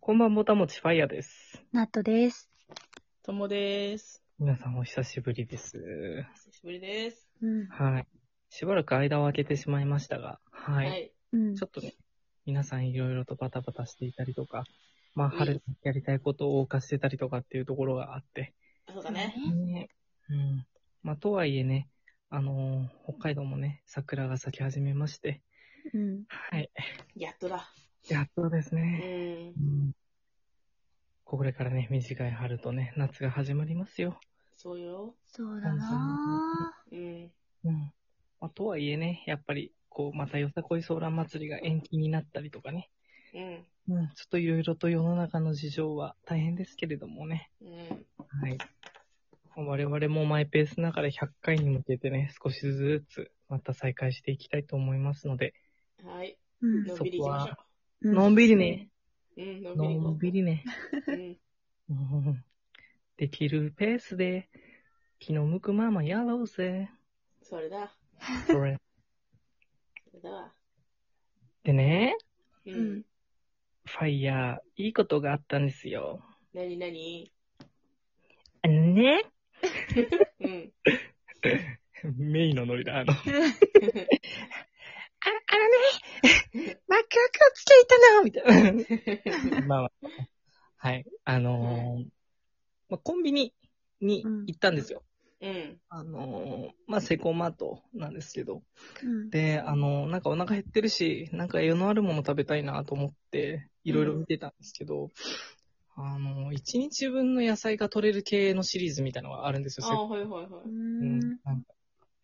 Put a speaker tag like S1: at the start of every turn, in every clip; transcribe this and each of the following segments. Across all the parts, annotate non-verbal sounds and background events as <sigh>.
S1: こんばんぼたもちファイヤーです。
S2: ナットです。
S3: ともです。
S1: 皆さんお久しぶりです。
S3: 久しぶりです。
S2: うん。
S1: はい。しばらく間を空けてしまいましたが、はい。
S2: うん
S1: ちょっとね、皆さんいろいろとバタバタしていたりとか、まあ、春やりたいことを謳歌してたりとかっていうところがあって、
S3: そうだね。
S1: ねうん。まあ、とはいえね、あのー北海道もね、桜が咲き始めまして、
S2: うん。
S1: はい。
S3: やっとだ。
S1: やっとです
S3: う
S1: ね。
S3: ん
S1: う。んこれからね、短い春とね、夏が始まりますよ。
S3: そうよ。
S2: そうだな
S3: うん。
S1: うん。まあ、とはいえね、やっぱり、こう、またよさこいソーラン祭りが延期になったりとかね。
S3: うん。
S1: うん、ちょっといろいろと世の中の事情は大変ですけれどもね。
S3: うん。
S1: はい。我々もマイペースながら100回に向けてね、少しずつまた再開していきたいと思いますので、
S3: はい。
S2: ぁ。うん
S3: のんびり行きましょ
S2: うん。
S1: のんびりね。
S3: う。うん。のんびり行こ
S1: の
S3: う
S1: んびりね。
S3: うん。
S1: うんできるペースで、気の向くままやろうぜ。
S3: それだ。
S1: それ。
S3: それだわ。
S1: でね、
S3: う
S2: うんん。
S1: ファイヤー、いいことがあったんですよ。
S3: なになに
S1: あのね。
S3: うん。
S1: メインのノリだ、あの。あ、あのね、 <laughs> ワクワクをつけたのみたいな。まあまあ、はい。あのーまあ、コンビニに行ったんですよ。
S3: うん。
S1: あのーまあ、セコマートなんですけど。
S2: うん
S1: で、あのーなんかお腹減ってるし、なんか栄養のあるもの食べたいなと思って、いろいろ見てたんですけど、あのー、1日分の野菜が取れる系のシリーズみたいなのがあるんですよ、
S3: ああ、はいはいは
S2: う
S1: うん
S2: ん。
S1: なんか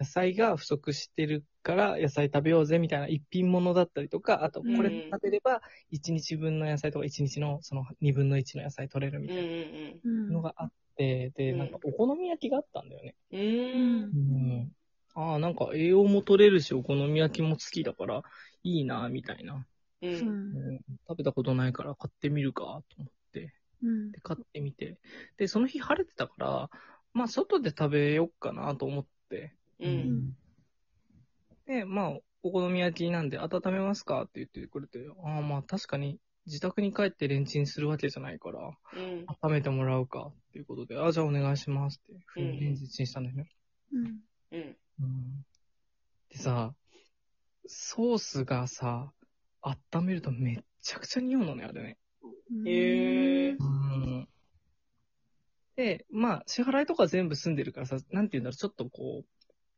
S1: 野菜が不足してるから野菜食べようぜみたいな一品物だったりとか、あとこれ
S3: うん
S1: 食べれば1日分の野菜とか1日のその2分の1の野菜取れるみ
S3: い。う
S1: た
S3: ん
S1: い
S2: うん。
S1: なのがあって、で、
S3: うん
S1: なんかお好み焼きがあったんだよね。
S3: うんうん。うん。
S1: うん。ああ、なんか栄養も取れるしお好み焼きも好きだからいいな、みたいな、
S3: う。
S2: うんん。
S1: うん食べたことないから買ってみるか、と思って。
S2: うん
S1: で、買ってみて。で、その日晴れてたから、まあ外で食べよっかなと思って。
S3: うん。
S1: で、まあ、お好み焼きなんで温めますかって言ってくれて、ああ、まあ確かに自宅に帰ってレンチンするわけじゃないから、
S3: うん。
S1: 温めてもらうかっていうことで、ああ、じゃあお願いしますっていうふう
S3: うん
S1: にレンチンしたんだよね。
S2: うん。
S3: うん。
S1: うん。でさ、ソースがさ、温めるとめっちゃくちゃ匂うのね、あれね。
S3: へー
S1: うん。で、まあ、支払いとか全部済んでるからさ、なんて言うんだろう、ちょっとこう、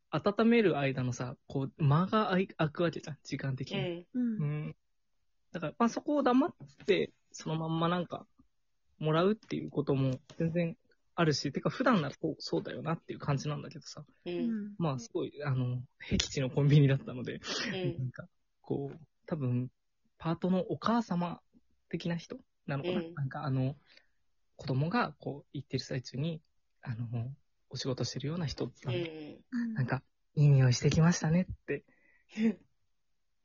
S1: 温める間のさ、こう、間が空い空くわけじゃん、時間的
S3: う
S1: に。
S3: ん。
S2: う。
S1: うんん。だから、まあそこを黙って、そのまんまなんか、もらうっていうことも全然あるし、てか普段ならそうそうだよなっていう感じなんだけどさ、
S3: う。
S2: うんん。
S1: まあすごい、あの、僻地のコンビニだったので、
S3: うん。
S1: なんか、こう、多分、パートのお母様的な人なのかな、
S3: うん
S1: なんかあの、子供がこう、行ってる最中に、あの、お仕事してるような人
S3: う
S1: なんで、
S3: ん。
S1: なんか、いい匂いしてきましたねって
S3: うん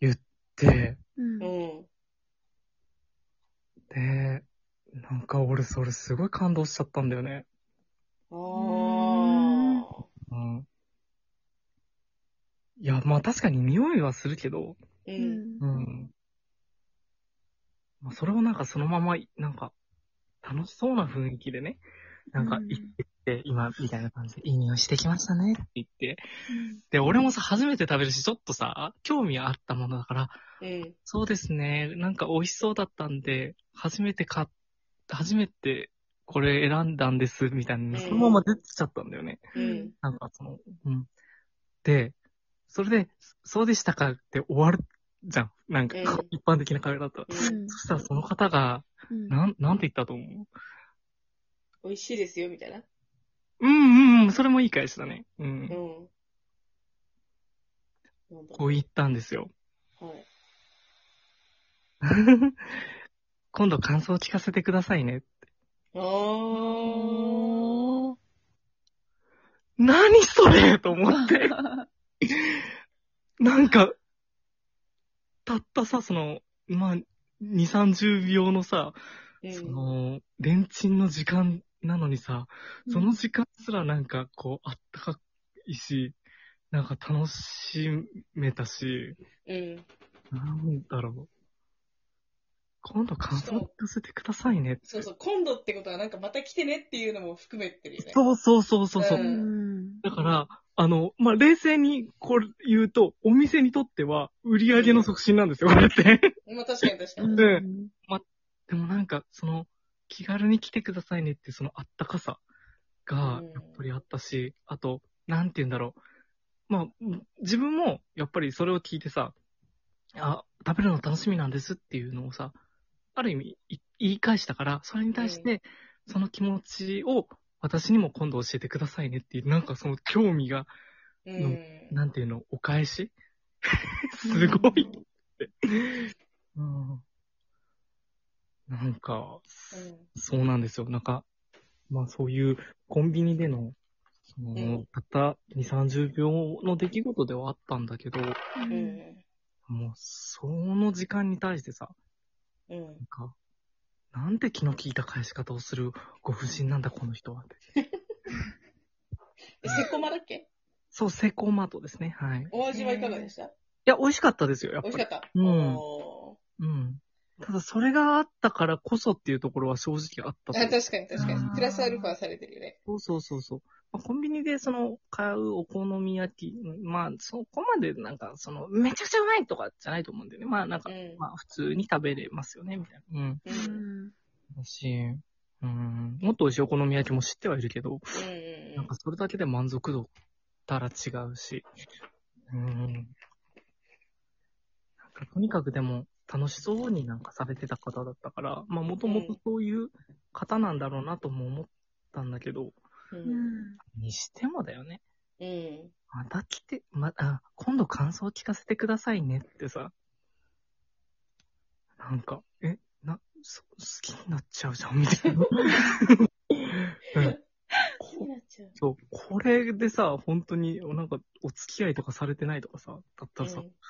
S1: 言って、
S2: うん。
S3: うん。
S1: で、なんか俺それすごい感動しちゃったんだよね。
S3: ああ。
S1: うん。いや、まあ確かに匂いはするけど、
S3: う。
S2: うんん。
S1: ん。まあそれをなんかそのまま、なんか、楽しそうな雰囲気でね、なんか
S2: うん
S1: 行って、今みたいな感じで、いい匂いしてきましたねって言って。で、俺もさ、初めて食べるし、ちょっとさ、興味あったものだから、
S3: うん。
S1: そうですね。なんか美味しそうだったんで、初めて買っ、初めてこれ選んだんです、みたいな、
S3: うん
S1: そのまま出てきちゃったんだよね。
S3: うん。
S1: なんかその、うん。で、それで、そうでしたかって終わるじゃん。なんか、
S3: うん
S1: 一般的な会話だったら。
S3: うん。
S1: そしたらその方が、
S2: うん。
S1: なん、なんて言ったと思
S3: 美味しいですよ、みたいな。
S1: ううんうんうん、それもいい返しだね。う。
S3: うんん。なんだ
S1: こう言ったんですよ。 <laughs>
S3: はい。
S1: 今度感想を聞かせてくださいね。
S3: あー。
S1: 何それと思って。
S3: <laughs>
S1: なんか、たったさ、その、まあ、2、30秒のさ、
S3: うん
S1: その、レンチンの時間なのにさ、その時間すらなんかこう、あったかいし、なんか楽しめたし、
S3: うん。
S1: なんだろう。今度感想聞かせてくださいねって。
S3: そうそう、今度ってことはなんかまた来てねっていうのも含めてるよね。
S1: そうそうそうそうそう。
S3: うん
S2: うん。
S1: だから、あの、まあ、冷静にこれ言うと、お店にとっては売り上げの促進なんですよ、これって。
S3: まあ確かに確か
S2: う
S3: に。
S2: ん。
S1: ででもなんか、その、気軽に来てくださいねって、そのあったかさが
S3: うん、
S1: やっぱりあったし、あと、なんて言うんだろう。まあ、自分も、やっぱりそれを聞いてさ、あ、食べるの楽しみなんですっていうのをさ、ある意味、い言い返したから、それに対して、その気持ちを、私にも今度教えてくださいねっていう、なんかその興味が、
S3: うん。
S1: なんていうの、お返 <laughs> しすごい。うん。なんか、
S3: うん
S1: そうなんですよ。なんか、まあそういうコンビニでの、その、たった2、30秒の出来事ではあったんだけど、
S2: うん
S3: うん。
S1: もうその時間に対してさ、
S3: うん
S1: なんか、なんて気の利いた返し方をするご婦人なんだこの人はって。
S3: え、セコマだっけ
S1: そう、セコマートですね。はい。い
S3: お味はいかがでした
S1: や、美味しかったですよ、やっ
S3: 美
S1: ぱ
S3: 味
S1: り
S3: しか。った。
S1: うん
S3: お
S1: うん。ただそれがあったからこそっていうところは正直あったと
S3: ー
S1: 思
S3: あ
S1: う
S3: 確かに確か
S1: あ
S3: に。
S1: ー
S3: プラスアルファされてるよね。
S1: そうそうそうそう。まあコンビニでその買うお好み焼き、まあそこまでなんかそのめちゃくちゃうまいとかじゃないと思うんだよね。まあなんか、
S3: うん
S1: まあ普通に食べれますよね、みたいな。うん。
S3: う。
S2: うんん。
S1: だし、うん、もっと美味しいお好み焼きも知ってはいるけど、
S3: うん。う
S1: なん
S3: ん
S1: かそれだけで満足度たら違うし、うん。なんかとにかくでも楽しそうになんかされてた方だったから、まあもともとそういう方なんだろうなとも思ったんだけど、
S3: う。
S2: うんん。
S1: にしてもだよね。
S3: うん。
S1: また来て、ま、あ、今度感想聞かせてくださいねってさ。なんか、え、な、そ好きになっちゃうじゃん、みたいな。うん
S3: 気になっちゃう。
S1: そう、これでさ、本当に、なんか、お付き合いとかされてないとかさ、だったらさ、
S3: うん <laughs>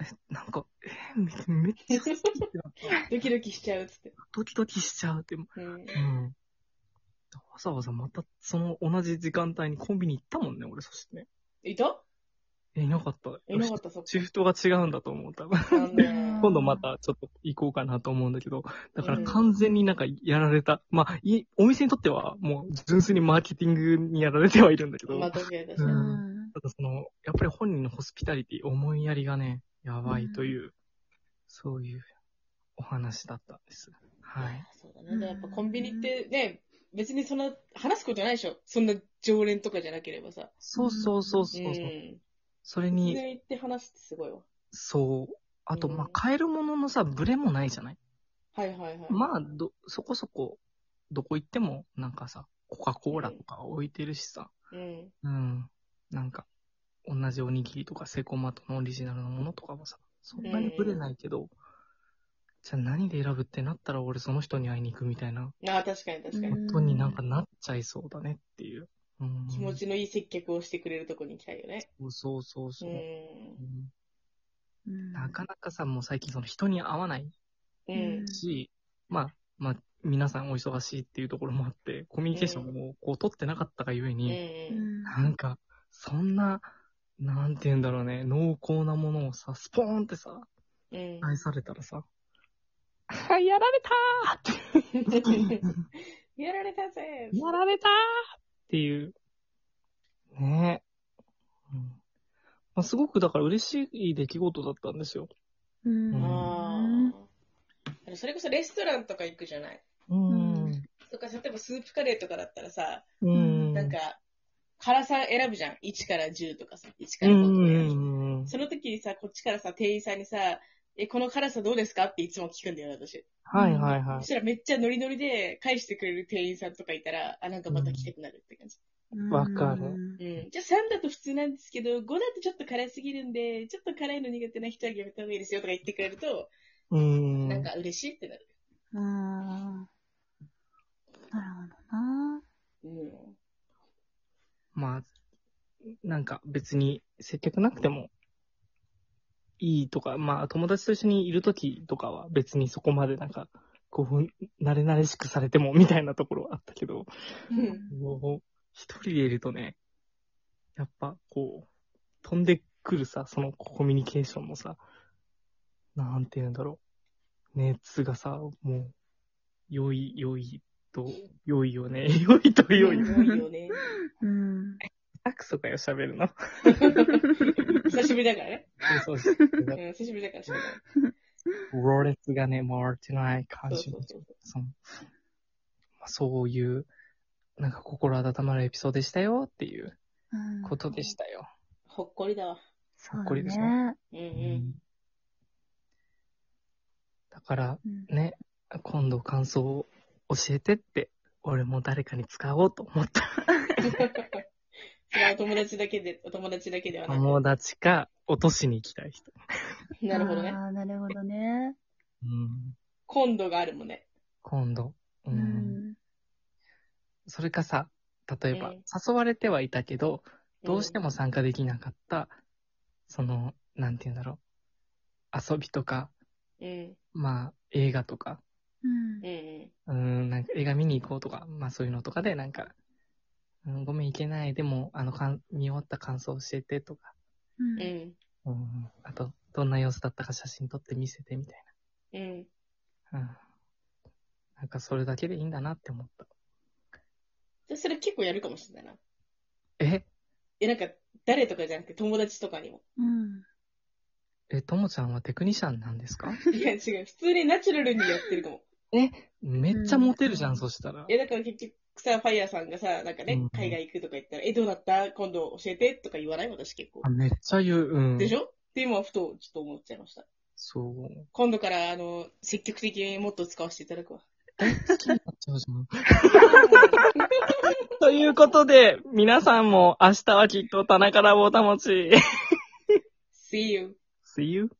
S1: え、なんか、え、めめっちゃ好きってなったら
S3: ドキドキしちゃうっつって。
S1: ドキドキしちゃうって、う
S3: うん。
S1: ん。わざわざまた、その同じ時間帯にコンビニ行ったもんね、俺、そしてね。
S3: いた
S1: え、いなかった。
S3: いなかった、そっ
S1: シフトが違うんだと思う、多分。
S3: か。なんだよな
S1: 今度またちょっと行こうかなと思うんだけど、だから
S3: うん
S1: 完全になんかやられた。まあ、いお店にとってはもう純粋にマーケティングにやられてはいるんだけど、
S3: ま
S1: た
S3: あ、確かに確
S1: う
S3: かに。
S1: んだその、やっぱり本人のホスピタリティ、思いやりがね、やばいという、そういうお話だったんです。はい。
S3: そうだね。でやっぱコンビニってね、別にそんな、話すことないでしょ。そんな常連とかじゃなければさ。
S1: そうそうそうそうそう。
S3: ん。
S1: それ
S3: 突
S1: に、
S3: 然行って話すってすごいわ。
S1: そう。あと、
S3: うん
S1: まあ、買えるもののさ、ブレもないじゃない
S3: はいはいはい。
S1: まあ、ど、そこそこ、どこ行っても、なんかさ、コカ・コーラとか置いてるしさ、
S3: うん。
S1: うん。なんか、同じおにぎりとかセコマとのオリジナルのものとかもさ、そんなにぶれないけど、じゃあ何で選ぶってなったら俺その人に会いに行くみたいな、
S3: ああ、確かに確かに。
S2: うん
S1: ことになんかなっちゃいそうだねっていう。うん、
S3: 気持ちのいい接客をしてくれるとこに行きたいよね。
S1: そうそう
S3: う
S1: そう。
S3: ん。
S2: うん。
S1: なかなかさ、もう最近その人に会わない
S3: うん。
S1: し、まあ、まあ、皆さんお忙しいっていうところもあって、コミュニケーションをこう取ってなかったがゆえ
S3: う。
S1: に、
S2: うんん。
S1: なんか、そんな、なんて言うんだろうね、濃厚なものをさ、スポーンってさ、
S3: うん。
S1: 愛されたらさ、あ <laughs> やられたーって、
S3: <laughs> やられたぜ
S1: やられたーっていう。ねえ。うんまあ、すごくだから嬉しい出来事だったんですよ。
S2: うん。
S3: ああ。それこそレストランとか行くじゃない。
S1: うん。
S3: とか、例えばスープカレーとかだったらさ、
S1: うん。
S3: なんか、辛さ選ぶじゃん。1から10とかさ、1か
S1: う
S3: ら
S1: ん、
S3: 5
S1: う
S3: とか。
S1: ん。
S3: その時にさ、こっちからさ、店員さんにさ、え、この辛さどうですかっていつも聞くんだよね、私。
S1: はいはいは
S3: そ
S1: い
S3: し。たらめっちゃノリノリで返してくれる店員さんとかいたら、あ、なんかまた来たくなるって感じ。
S2: うん
S1: わかる
S3: うん。じゃあ3だと普通なんですけど、5だとちょっと辛すぎるんで、ちょっと辛いの苦手な人はやめた方がいいですよとか言ってくれると、
S1: うん。
S3: なんか嬉しいってなる。
S2: うん。なるほどな。
S3: うん。
S1: まあ、なんか別に接客なくてもいいとか、まあ友達と一緒にいるときとかは別にそこまでなんか、こう、慣れ慣れしくされてもみたいなところはあったけど、
S3: うん。
S1: もう一人でいるとね、やっぱこう、飛んでくるさ、そのコミュニケーションのさ、なんて言うんだろう。熱がさ、もう、良い、良いと、良いよね。 <laughs> 良いと良いよね。
S3: 多いよね。 <laughs>
S2: うん。
S1: 悪そかよ、喋るの。
S3: 久しぶりだからね。
S1: そう <laughs> そう。
S3: うん、久しぶりだから喋る。
S1: ロレスがね、回ってない感
S3: そう
S1: じ
S3: そ
S1: の
S3: うそう。
S1: そのまあそういう、なんか心温まるエピソードでしたよっていう
S2: うん
S1: ことでしたよ。
S3: ほっこりだわ。
S2: そう
S1: こ
S2: だ
S1: りです
S2: ね。
S3: うんうん。
S1: だから、
S2: うん
S1: ね、今度感想を教えてって、俺も誰かに使おうと思った。
S3: <laughs> それはお友達だけで、お友達だけではなく。
S1: 友達か、落としに行きたい人。
S3: なるほどね。
S2: ああ、なるほどね。
S1: うん。
S3: 今度があるもんね。
S1: 今度。う。
S2: うんん。
S1: それかさ、例えば、
S3: うん
S1: 誘われてはいたけど、どうして
S3: も。
S1: も参加できなかった、その、なんて言うんだろう。遊びとか、
S3: うん。
S1: まあ、映画とか、
S2: うん
S3: うん。うん。
S1: うーん、なんか映画見に行こうとか、まあそういうのとかで、なんか、うん、ごめん行けない、でも、あの、かん見終わった感想教えてとか、
S2: うん
S3: うん。
S1: うん、あと、どんな様子だったか写真撮って見せてみたい
S3: うん。
S1: な。うん。なんかそれだけでいいんだなって思った。
S3: でそれ結構やるかもしれないな。
S1: え
S3: え、なんか、誰とかじゃなくて友達と
S1: <laughs>
S3: かにも。
S2: うん。
S1: え、ともちゃんはテクニシャンなんですか
S3: いや、違う。普通にナチュラルにやってるかも。
S1: めっちゃモテるじゃん、そしたら。
S3: え、だから結局さ、ファイヤーさんがさ、なんかね
S1: うん、
S3: 海外行くとか言ったら、え、どうだった今度教えてとか言わない私結構
S1: あ。めっちゃ言う、うん。
S3: でしょって今、ふと、ちょっと思っちゃいました。
S1: そう。
S3: 今度から、あの、積極的にもっと使わせていただくわ。
S1: 好きになっちゃうじゃん。 <laughs> ということで、皆さんも明日はきっと田中ラボたもち。
S3: See you.
S1: See you.